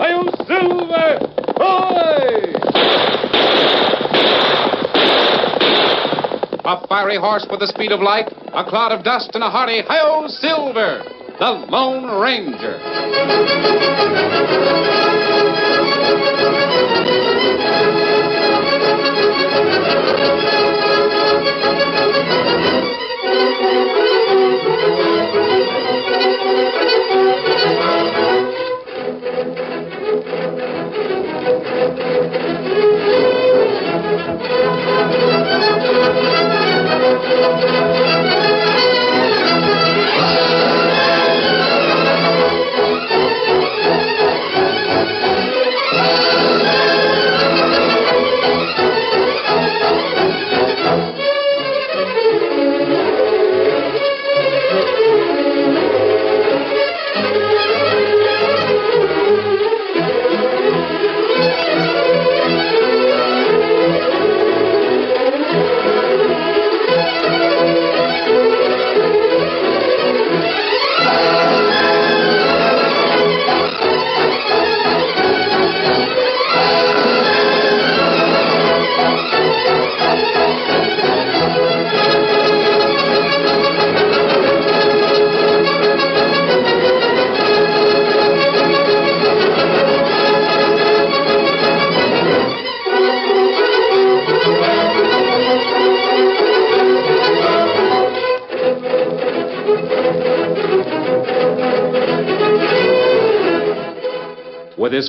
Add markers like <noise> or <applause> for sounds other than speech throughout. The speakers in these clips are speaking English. Hail Silver! Hoy! A fiery horse with the speed of light, a cloud of dust, and a hearty Hi-Yo Silver, the Lone Ranger. With his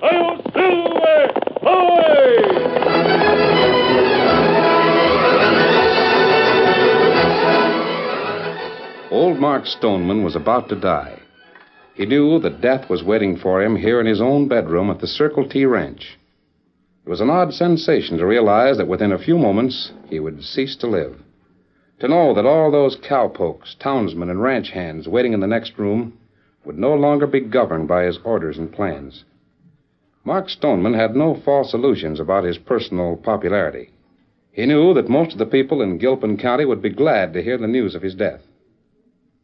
Hail Silver! Hoy! Old Mark Stoneman was about to die. He knew that death was waiting for him here in his own bedroom at the Circle T Ranch. It was an odd sensation to realize that within a few moments he would cease to live. To know that all those cowpokes, townsmen, and ranch hands waiting in the next room would no longer be governed by his orders and plans. Mark Stoneman had no false illusions about his personal popularity. He knew that most of the people in Gilpin County would be glad to hear the news of his death.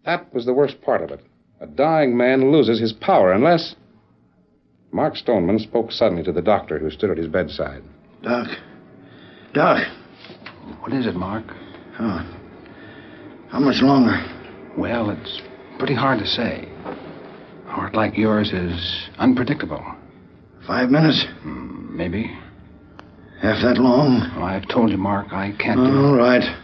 That was the worst part of it. A dying man loses his power unless. Mark Stoneman spoke suddenly to the doctor who stood at his bedside. Doc. Doc. What is it, Mark? Oh. How much longer? Well, it's pretty hard to say. A heart like yours is unpredictable. Hmm, Five minutes? Maybe. Half that long? Well, I've told you, Mark, I can't do All right.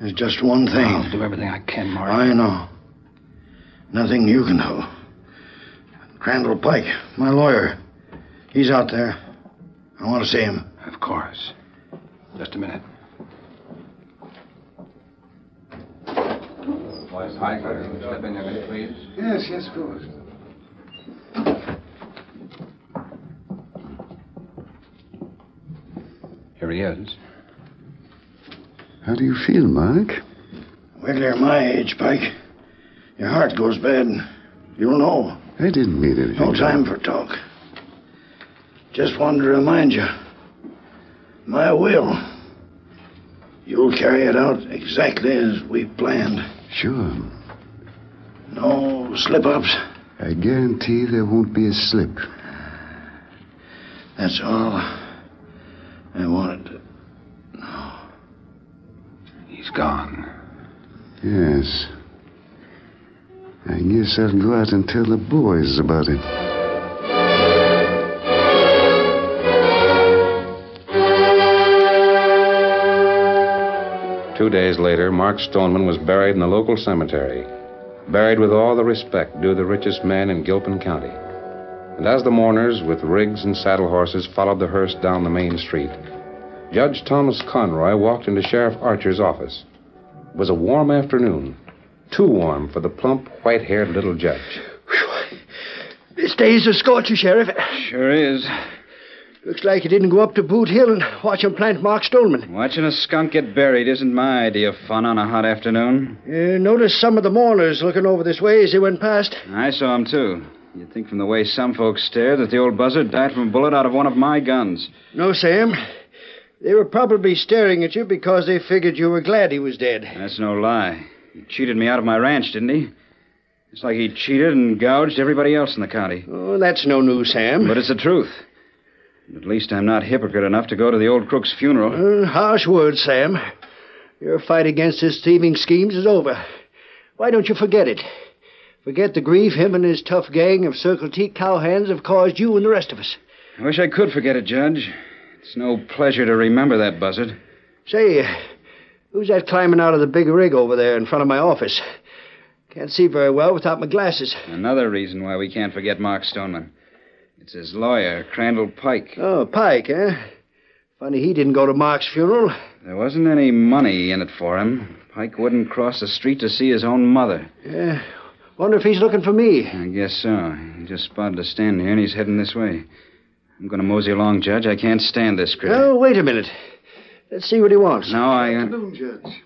There's just one thing. I'll do everything I can, Mark. I know. Nothing you can do. Crandall Pike, my lawyer. He's out there. I want to see him. Of course. Just a minute. Step in a minute, please. Yes, yes, of course. Here he is. How do you feel, Mark? Wiggler my age, Pike. Your heart goes bad. You'll know. I didn't mean anything. No time for talk. Just wanted to remind you. My will. You'll carry it out exactly as we planned. Sure. No slip ups. I guarantee there won't be a slip. That's all I wanted. He's gone. Yes. I guess I'll go out and tell the boys about it. Two days later, Mark Stoneman was buried in the local cemetery, buried with all the respect due the richest man in Gilpin County. And as the mourners, with rigs and saddle horses, followed the hearse down the main street, Judge Thomas Conroy walked into Sheriff Archer's office. It was a warm afternoon, too warm for the plump, white haired little judge. This day's a scorcher, Sheriff. Sure is. Looks like you didn't go up to Boot Hill and watch him plant Mark Stoneman. Watching a skunk get buried isn't my idea of fun on a hot afternoon. Uh, noticed some of the mourners looking over this way as they went past. I saw him, too. You'd think from the way some folks stared that the old buzzard died from a bullet out of one of my guns. No, Sam. They were probably staring at you because they figured you were glad he was dead. That's no lie. He cheated me out of my ranch, didn't he? It's like he cheated and gouged everybody else in the county. Oh, that's no news, Sam. But it's the truth. At least I'm not hypocrite enough to go to the old crook's funeral. Uh, harsh words, Sam. Your fight against his thieving schemes is over. Why don't you forget it? Forget the grief him and his tough gang of Circle T cowhands have caused you and the rest of us. I wish I could forget it, Judge. It's no pleasure to remember that buzzard. Say, uh, who's that climbing out of the big rig over there in front of my office? Can't see very well without my glasses. Another reason why we can't forget Mark Stoneman. It's his lawyer, Crandall Pike. Oh, Pike, eh? Funny he didn't go to Mark's funeral. There wasn't any money in it for him. Pike wouldn't cross the street to see his own mother. Yeah. Wonder if he's looking for me. I guess so. He just spotted us standing here, and he's heading this way. I'm going to mosey along, Judge. I can't stand this critter. Oh, wait a minute. Let's see what he wants. No, I. Uh... Hello, Judge.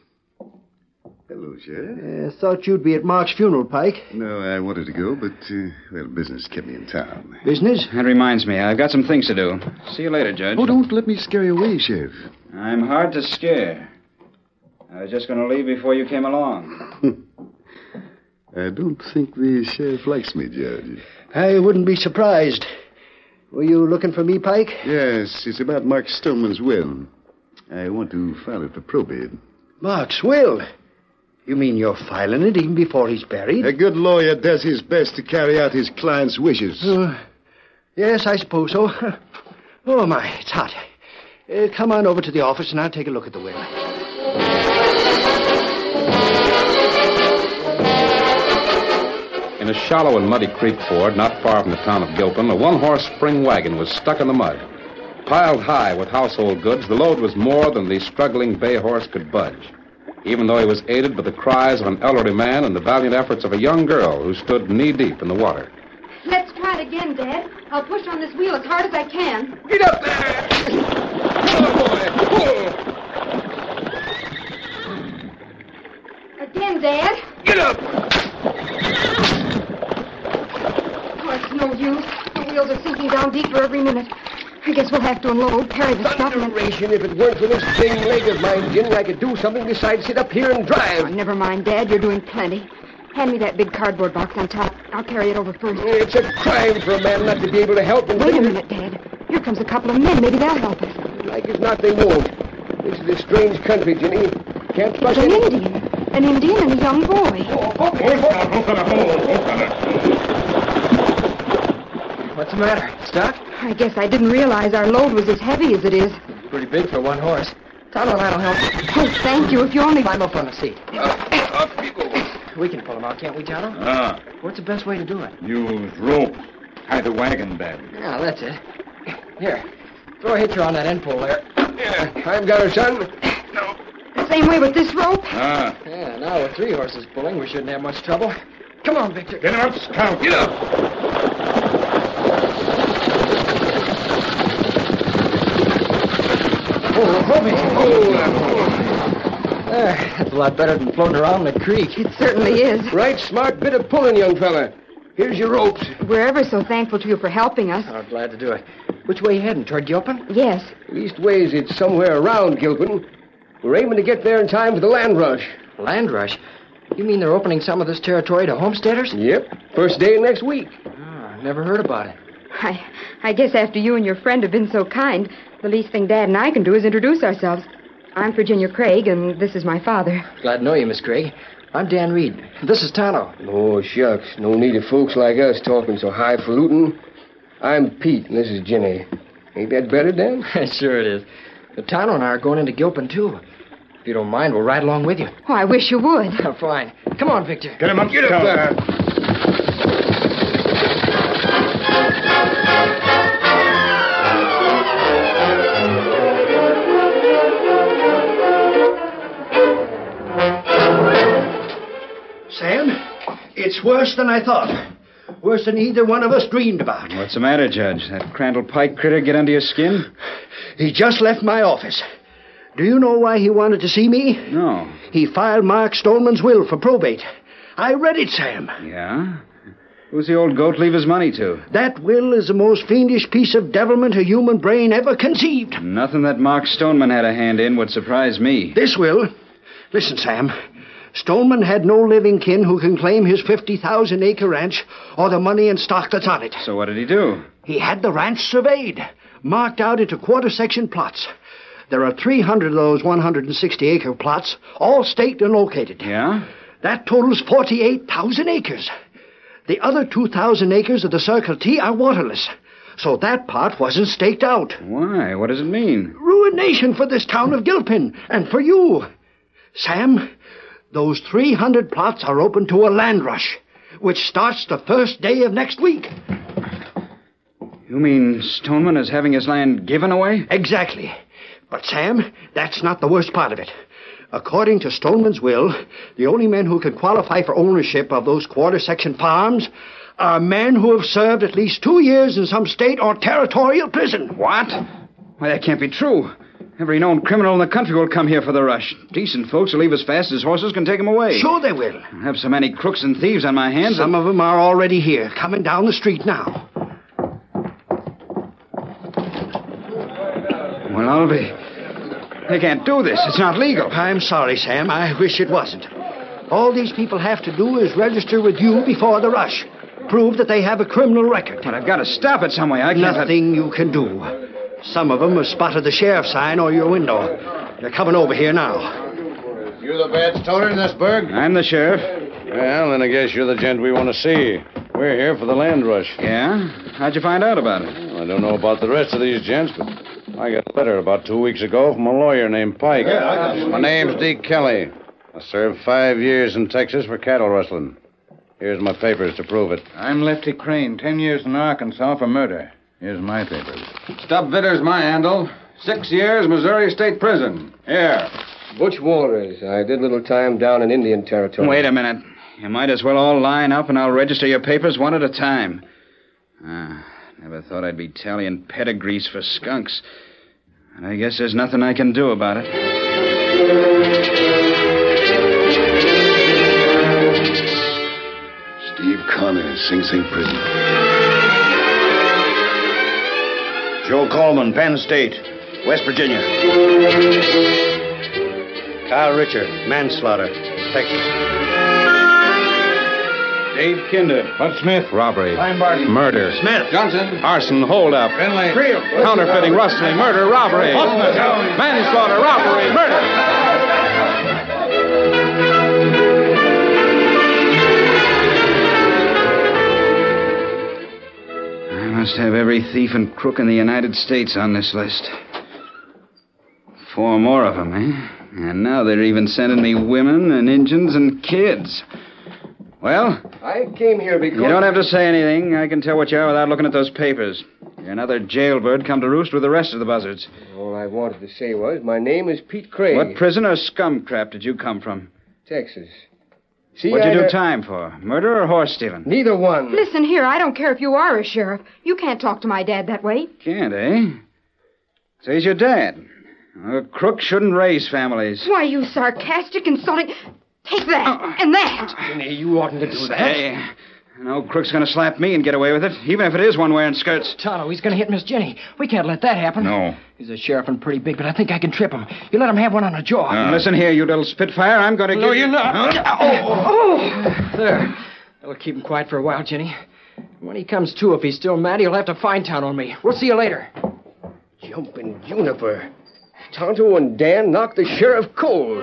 Hello, Sheriff. Uh, thought you'd be at Mark's funeral, Pike. No, I wanted to go, but, uh, well, business kept me in town. Business? That reminds me. I've got some things to do. See you later, Judge. Oh, don't let me scare you away, Sheriff. I'm hard to scare. I was just going to leave before you came along. I don't think the sheriff likes me, Judge. I wouldn't be surprised. Were you looking for me, Pike? Yes, it's about Mark Stoneman's will. I want to file it for probate. Mark's will. You mean you're filing it even before he's buried? A good lawyer does his best to carry out his client's wishes. Uh, yes, I suppose so. <laughs> Oh, my, it's hot. Uh, come on over to the office and I'll take a look at the will. In a shallow and muddy creek ford not far from the town of Gilpin, a one horse spring wagon was stuck in the mud. Piled high with household goods, the load was more than the struggling bay horse could budge, even though he was aided by the cries of an elderly man and the valiant efforts of a young girl who stood knee deep in the water. Let's try it again, Dad. I'll push on this wheel as hard as I can. Get up there! Oh, boy! Again, Dad. Get up! Oh, it's no use. The wheels are sinking down deeper every minute. I guess we'll have to unload, carry the stuff, and then... If it weren't for this thing leg of mine, Jim, I could do something besides sit up here and Oh, drive. never mind, Dad. You're doing plenty. Hand me that big cardboard box on top. I'll carry it over first. It's a crime for a man not to be able to help and Wait a minute, Dad. Here comes a couple of men. Maybe they'll help us. Like as not, they won't. This is a strange country, Jenny. Can't trust An any... Indian. An Indian and a young boy. Oh, What's the matter? Stuck? I guess I didn't realize our load was as heavy as it is. Pretty big for one horse. Tom and I'll help. Oh, thank you. If you only... Climb up on the seat. We can pull him out, can't we, Tonto? Ah, What's the best way to do it? use rope. Tie the wagon down. Yeah, that's it. Here, throw a hitcher on that end pole there. I've got her, son. The same way with this rope. Ah, Yeah, now with three horses pulling, we shouldn't have much trouble. Come on, Victor. get up, scout. Get up. Oh, There, Ah, that's a lot better than floating around in the creek. It certainly is. Right smart bit of pulling, young fella. Here's your ropes. We're ever so thankful to you for helping us. Oh, glad to do it. Which way you heading? Toward Gilpin? Yes. Leastways, it's somewhere around Gilpin. We're aiming to get there in time for the land rush. Land rush. You mean they're opening some of this territory to homesteaders? Yep. First day of next week. Ah, never heard about it. I, I guess after you and your friend have been so kind, the least thing Dad and I can do is introduce ourselves. I'm Virginia Craig, and this is my father. Glad to know you, Miss Craig. I'm Dan Reed. This is Tonto. Oh, shucks. No need of folks like us talking so highfalutin. I'm Pete, and this is <laughs> Jimmy. Ain't that better, Dan? sure it is. But Tonto and I are going into Gilpin, too. If you don't mind, we'll ride along with you. Oh, I wish you would. Fine. Come on, Victor. Get him up, Get up there. Sam, it's worse than I thought. Worse than either one of us dreamed about. What's the matter, Judge? That Crandall Pike critter get under your skin? He just left my office. Do you know why he wanted to see me? No. He filed Mark Stoneman's will for probate. I read it, Sam. Yeah? Who's the old goat leave his money to? That will is the most fiendish piece of devilment a human brain ever conceived. Nothing that Mark Stoneman had a hand in would surprise me. This will. Listen, Sam. Stoneman had no living kin who can claim his 50,000 acre ranch or the money and stock that's on it. So what did he do? He had the ranch surveyed, marked out into quarter section plots. There are 300 of those 160 acre plots, all staked and located. Yeah? That totals 48,000 acres. The other 2,000 acres of the Circle T are waterless, so that part wasn't staked out. Why? What does it mean? Ruination for this town of Gilpin and for you. Sam, those 300 plots are open to a land rush, which starts the first day of next week. You mean Stoneman is having his land given away? Exactly. But, Sam, that's not the worst part of it. According to Stoneman's will, the only men who can qualify for ownership of those quarter section farms are men who have served at least two years in some state or territorial prison. What? Why, that can't be true. Every known criminal in the country will come here for the rush. Decent folks will leave as fast as horses can take 'em away. Sure, they will. I have so many crooks and thieves on my hands. Some of them are already here, coming down the street now. Well, I'll be. They can't do this. It's not legal. I'm sorry, Sam. I wish it wasn't. All these people have to do is register with you before the rush, prove that they have a criminal record. But I've got to stop it some way. I can't. Nothing you can do. Some of them have spotted the sheriff's sign or your window. They're coming over here now. You the badge toter in this burg? I'm the sheriff. Well, then I guess you're the gent we want to see. We're here for the land rush. Yeah? How'd you find out about it? I don't know about the rest of these gents, but I got a letter about two weeks ago from a lawyer named Pike. My name's D. Kelly. I served five years in Texas for cattle rustling. Here's my papers to prove it. I'm Lefty Crane, ten years in Arkansas for murder. Here's my papers. Stub Vitter's my handle. Six years, Missouri State Prison. Here. Butch Walters. I did a little time down in Indian territory. Wait a minute. You might as well all line up, and I'll register your papers one at a time. Ah, never thought I'd be tallying pedigrees for skunks. And I guess there's nothing I can do about it. Steve Connor, Sing Sing Prison. Joe Coleman, Penn State, West Virginia. Kyle Richard, manslaughter, Texas. Dave Kinder, Bud Smith, robbery. Barton, murder. Smith, Johnson, arson, holdup. Finley, Creel, counterfeiting, rustling, murder, robbery. Manslaughter, robbery, murder. I must have every thief and crook in the United States on this list. Four more of 'em, eh? And now they're even sending me women and Injuns and kids. Well, I came here because. You don't have to say anything. I can tell what you are without looking at those papers. You're another jailbird come to roost with the rest of the buzzards. All I wanted to say was, my name is Pete Craig. What prison or scum crap did you come from? Texas. See, What'd I you do ne- time for? Murder or horse stealing? Neither one. Listen here, I don't care if you are a sheriff. You can't talk to my dad that way. Can't, eh? Says your dad. A crook shouldn't raise families. Why, you sarcastic, insulting. Take Uh-uh. that and that. Hey, you oughtn't to do that. Say, no crook's gonna slap me and get away with it, even if it is one wearing skirts. Tonto, he's going to hit Miss Jenny. We can't let that happen. No. He's a sheriff and pretty big, but I think I can trip him. You let him have one on the jaw. Uh-huh. Listen here, you little spitfire. I'm gonna No, give you're not. Oh, Huh? There. That'll keep him quiet for a while, Jenny. When he comes to, if he's still mad, he'll have to find town on me. We'll see you later. Jumping juniper. Tonto and Dan knocked the sheriff cold.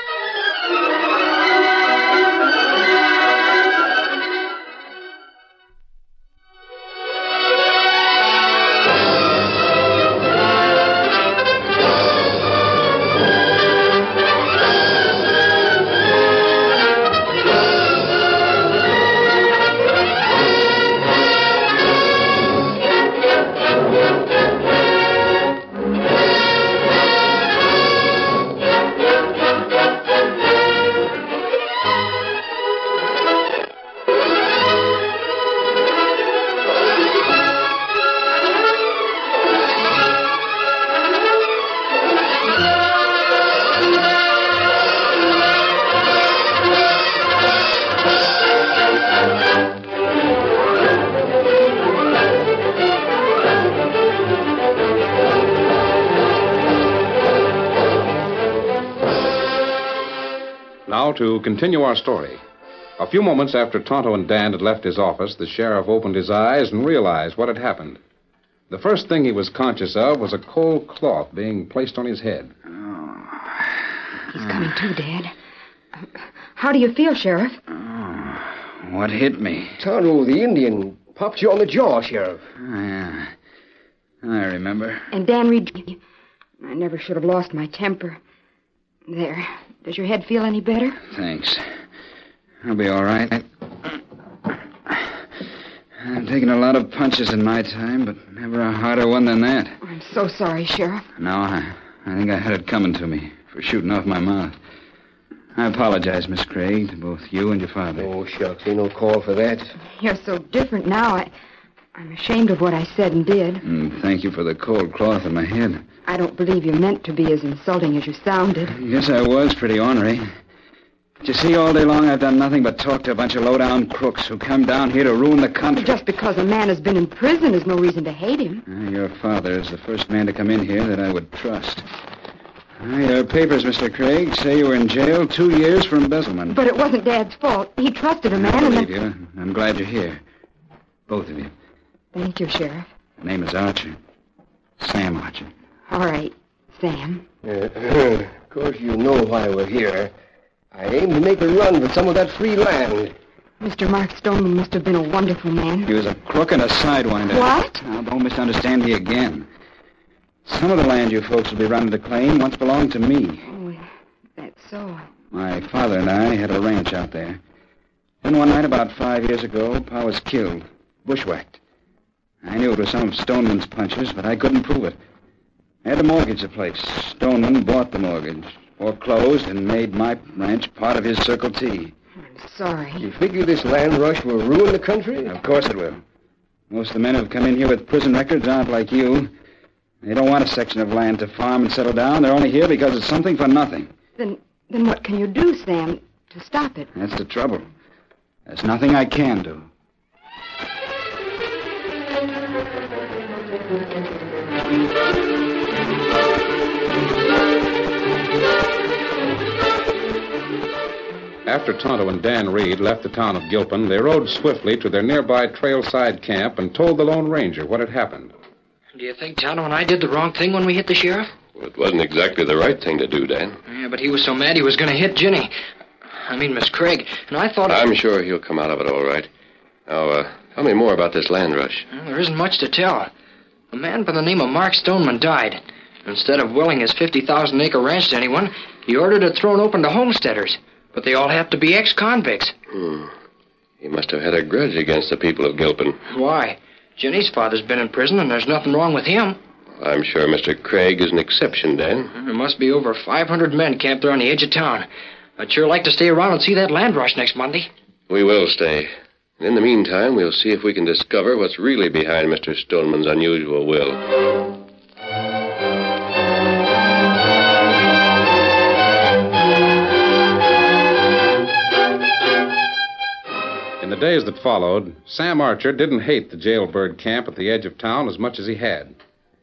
Now to continue our story. A few moments after Tonto and Dan had left his office, the sheriff opened his eyes and realized what had happened. The first thing he was conscious of was a cold cloth being placed on his head. He's coming to, Dad. Uh, How do you feel, Sheriff? oh. What hit me? Tonto, the Indian, popped you on the jaw, Sheriff. Oh, yeah. I remember. And Dan Reed. I never should have lost my temper. There. Does your head feel any better? Thanks. I'll be all right. I... I've taken a lot of punches in my time, but never a harder one than that. I'm so sorry, Sheriff. No, I, I think I had it coming to me for shooting off my mouth. I apologize, Miss Craig, to both you and your father. Oh, shucks, ain't no call for that. You're so different now. I, I'm ashamed of what I said and did. And Mm, thank you for the cold cloth on my head. I don't believe you meant to be as insulting as you sounded. Yes, I was pretty ornery. But you see, all day long I've done nothing but talk to a bunch of low-down crooks who come down here to ruin the country. Just because a man has been in prison is no reason to hate him. Uh, Your father is the first man to come in here that I would trust. Uh, Your papers, Mr. Craig, say you were in jail two years for embezzlement. But it wasn't Dad's fault. He trusted a man I and believe then... you. I'm glad you're here. Both of you. Thank you, Sheriff. The name is Archer. Sam Archer. All right, Sam. Uh, of course, you know why we're here. I aim to make a run for some of that free land. Mr. Mark Stoneman must have been a wonderful man. He was a crook and a sidewinder. What? Now, don't misunderstand me again. Some of the land you folks will be running to claim once belonged to me. Oh, that's so. My father and I had a ranch out there. Then one night, about five years ago, Pa was killed, bushwhacked. I knew it was some of Stoneman's punches, but I couldn't prove it. I had to mortgage the place. Stoneman bought the mortgage, foreclosed, and made my ranch part of his Circle T. I'm sorry. You figure this land rush will ruin the country? Of course it will. Most of the men who've come in here with prison records aren't like you. They don't want a section of land to farm and settle down. They're only here because it's something for nothing. Then, then what can you do, Sam, to stop it? That's the trouble. There's nothing I can do. After Tonto and Dan Reed left the town of Gilpin, they rode swiftly to their nearby trailside camp and told the Lone Ranger what had happened. Do you think Tonto and I did the wrong thing when we hit the sheriff? Well, it wasn't exactly the right thing to do, Dan. Yeah, but he was so mad he was going to hit Ginny. I mean, Miss Craig. And I thought. I'm sure he'll come out of it all right. Now, uh, tell me more about this land rush. Well, there isn't much to tell. A man by the name of Mark Stoneman died. Instead of willing his 50,000 acre ranch to anyone, he ordered it thrown open to homesteaders. But they all have to be ex convicts. He must have had a grudge against the people of Gilpin. Why? Jenny's father's been in prison, and there's nothing wrong with him. I'm sure Mr. Craig is an exception, Dan. There must be over 500 men camped there on the edge of town. I'd sure like to stay around and see that land rush next Monday. We will stay. And in the meantime, we'll see if we can discover what's really behind Mr. Stoneman's unusual will. In the days that followed, Sam Archer didn't hate the jailbird camp at the edge of town as much as he had,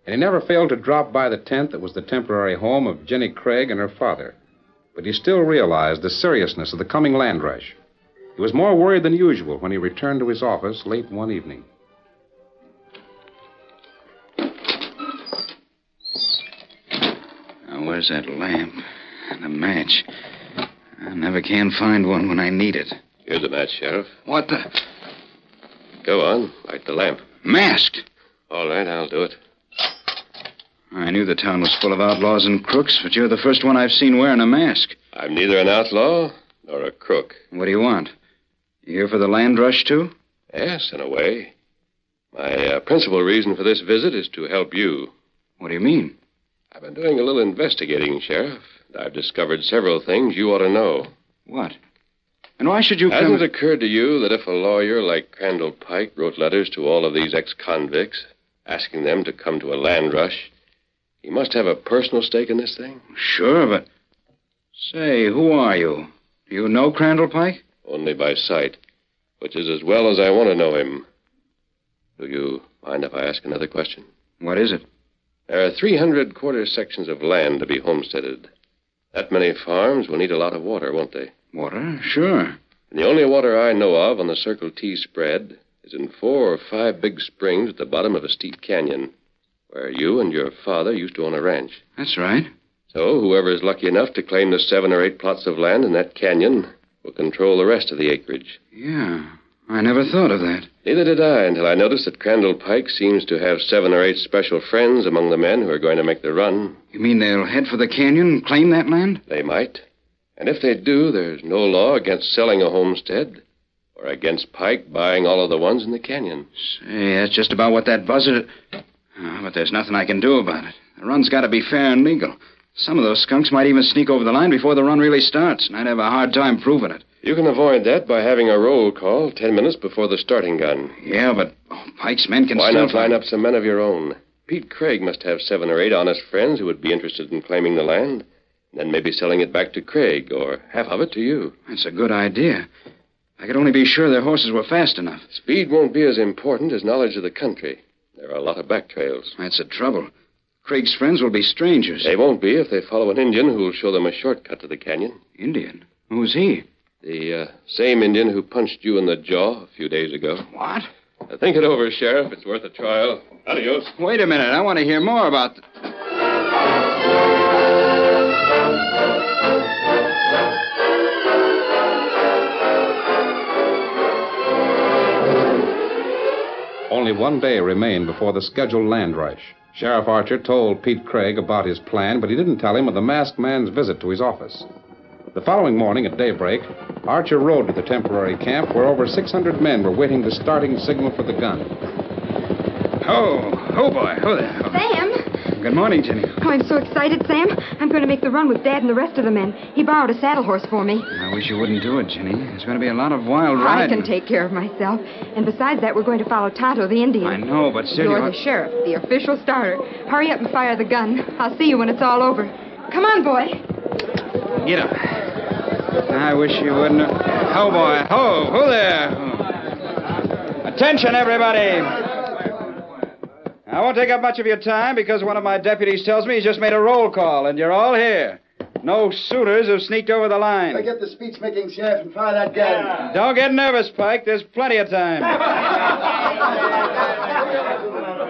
and he never failed to drop by the tent that was the temporary home of Jenny Craig and her father. But he still realized the seriousness of the coming land rush. He was more worried than usual when he returned to his office late one evening. Now, where's that lamp and a match? I never can find one when I need it. Here's a match, Sheriff. What the? Go on, light the lamp. Masked! All right, I'll do it. I knew the town was full of outlaws and crooks, but you're the first one I've seen wearing a mask. I'm neither an outlaw nor a crook. What do you want? You here for the land rush, too? Yes, in a way. My uh, principal reason for this visit is to help you. What do you mean? I've been doing a little investigating, Sheriff. and I've discovered several things you ought to know. What? And why should you come? Hasn't it occurred to you that if a lawyer like Crandall Pike wrote letters to all of these ex convicts asking them to come to a land rush, he must have a personal stake in this thing? Sure, but. Say, who are you? Do you know Crandall Pike? Only by sight, which is as well as I want to know him. Do you mind if I ask another question? What is it? There are 300 quarter sections of land to be homesteaded. That many farms will need a lot of water, won't they? Water? Sure. And the only water I know of on the Circle T spread is in four or five big springs at the bottom of a steep canyon where you and your father used to own a ranch. That's right. So whoever is lucky enough to claim the seven or eight plots of land in that canyon will control the rest of the acreage. Yeah. I never thought of that. Neither did I until I noticed that Crandall Pike seems to have seven or eight special friends among the men who are going to make the run. You mean they'll head for the canyon and claim that land? They might. And if they do, there's no law against selling a homestead or against Pike buying all of the ones in the canyon. Say, that's just about what that buzzard. Oh, but there's nothing I can do about it. The run's got to be fair and legal. Some of those skunks might even sneak over the line before the run really starts, and I'd have a hard time proving it. You can avoid that by having a roll call ten minutes before the starting gun. Yeah, but oh, Pike's men can Why still not line up some men of your own? Pete Craig must have seven or eight honest friends who would be interested in claiming the land, and then maybe selling it back to Craig, or half of it to you. That's a good idea. I could only be sure their horses were fast enough. Speed won't be as important as knowledge of the country. There are a lot of back trails. That's the trouble. Craig's friends will be strangers. They won't be if they follow an Indian who'll show them a shortcut to the canyon. Indian? Who's he? The uh, same Indian who punched you in the jaw a few days ago. What? Now, think it over, Sheriff. It's worth a trial. Adios. Wait a minute. I want to hear more about. Th- Only one day remained before the scheduled land rush. Sheriff Archer told Pete Craig about his plan, but he didn't tell him of the masked man's visit to his office. The following morning at daybreak, Archer rode to the temporary camp where over 600 men were waiting the starting signal for the gun. Oh, oh boy, oh there. Oh. Sam! Good morning, Jenny. Oh, I'm so excited, Sam. I'm going to make the run with Dad and the rest of the men. He borrowed a saddle horse for me. I wish you wouldn't do it, Jenny. There's going to be a lot of wild I riding. can take care of myself. And besides that, we're going to follow Tonto, the Indian. I know, but still, You're you- the sheriff, the official starter. Hurry up and fire the gun. I'll see you when it's all over. Come on, boy. Get up. I wish you wouldn't. Oh boy, ho, ho there. Attention, everybody. I won't take up much of your time because one of my deputies tells me he's just made a roll call and you're all here. No suitors have sneaked over the line. Forget the speech-making, Sheriff, and fire that <laughs> gun. Don't get nervous, Pike. There's plenty of time.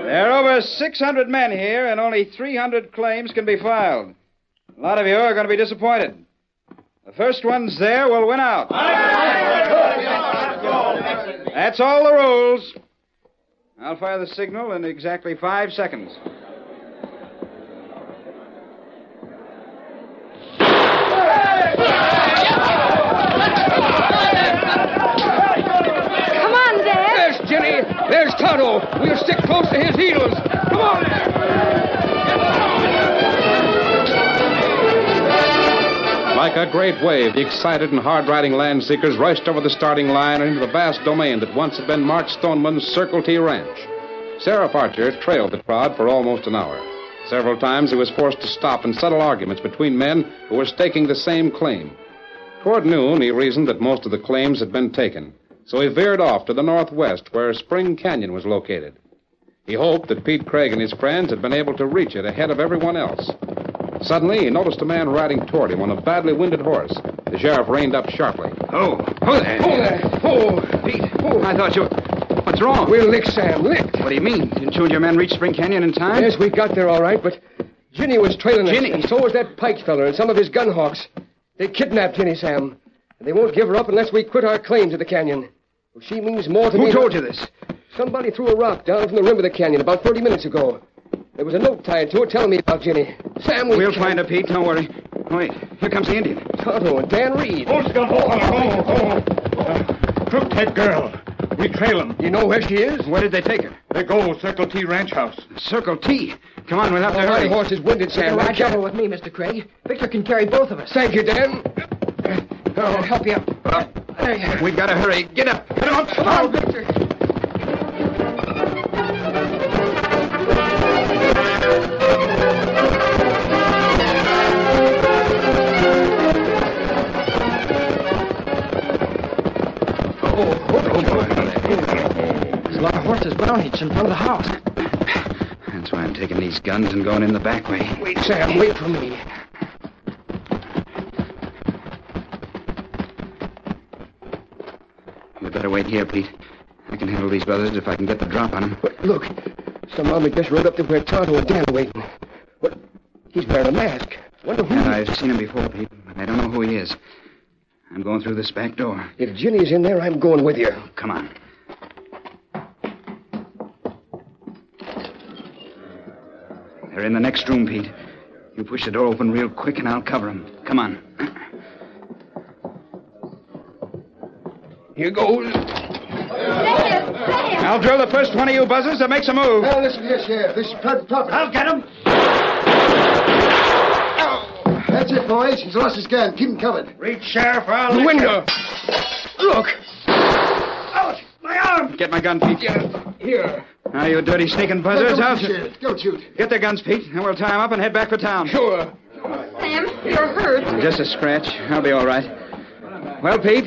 There are over 600 men here, and only 300 claims can be filed. A lot of you are going to be disappointed. The first ones there will win out. That's all the rules. I'll fire the signal in exactly five seconds. Come on, Dad. There's Jenny. There's Tonto. We'll stick close to his heels. Come on. Like a great wave, the excited and hard riding land seekers rushed over the starting line and into the vast domain that once had been Mark Stoneman's Circle T Ranch. Sheriff Archer trailed the crowd for almost an hour. Several times he was forced to stop and settle arguments between men who were staking the same claim. Toward noon, he reasoned that most of the claims had been taken, so he veered off to the northwest where Spring Canyon was located. He hoped that Pete Craig and his friends had been able to reach it ahead of everyone else. Suddenly, he noticed a man riding toward him on a badly winded horse. The sheriff reined up sharply. Oh, ho there. Oh, there. Oh, Pete. I thought you. What's wrong? we'll lick, Sam. Lick. What do you mean? Didn't you and your men reach Spring Canyon in time? Yes, we got there all right, but Ginny was trailing us. Ginny? And so was that Pike feller and some of his gun hawks. They kidnapped Ginny, Sam. And they won't give her up unless we quit our claim to the canyon. Well, she means more to Who me... told you this? Somebody threw a rock down from the rim of the canyon about 30 minutes ago. There was a note tied to it telling me about Ginny. Sam, we... We'll find her, Pete. Don't worry. Wait, here comes the Indian. Tonto and Dan Reed. Hold, Scott. Hold, hold, hold. Crookhead girl. We trail them. You know where she is? Where did they take her? They go Circle T Ranch House. Circle T. Come on, we'll have to hurry. Oh, My horse is winded, Sam. Sam. I I can't- can't... With me, Mr. Craig. Victor can carry both of us. Thank you, Dan. I'll help you up. We've got to hurry. Get up. Get up. Come on, Victor. Oh, There's a lot of horses brown each in front of the house. That's why I'm taking these guns and going in the back way. Wait, Sam, wait for me. We better wait here, Pete. I can handle these brothers if I can get the drop on them. But look, some army just rode up to where Tonto and Dan are waiting. But he's wearing a mask. Wonder who... And I've seen him before, Pete, but I don't know who he is. I'm going through this back door. Oh, If Ginny's in there, I'm going with you. Come on. They're in the next room, Pete. You push the door open real quick and I'll cover them. Come on. Here goes. I'll drill the first one of you buzzers that makes a move. Now, listen here, Sheriff. This is private property. I'll get him. That's it, boys. He's lost his gun. Keep him covered. Reach, Sheriff. I'll The window. Look. Ouch! My arm! Get my gun, Pete. Here. Now, you dirty sneaking buzzers, Don't out. shoot, Sheriff. Don't shoot. Get their guns, Pete, and we'll tie them up and head back for town. Sure. Sam, you're hurt. Just a scratch. I'll be all right. Well, Pete,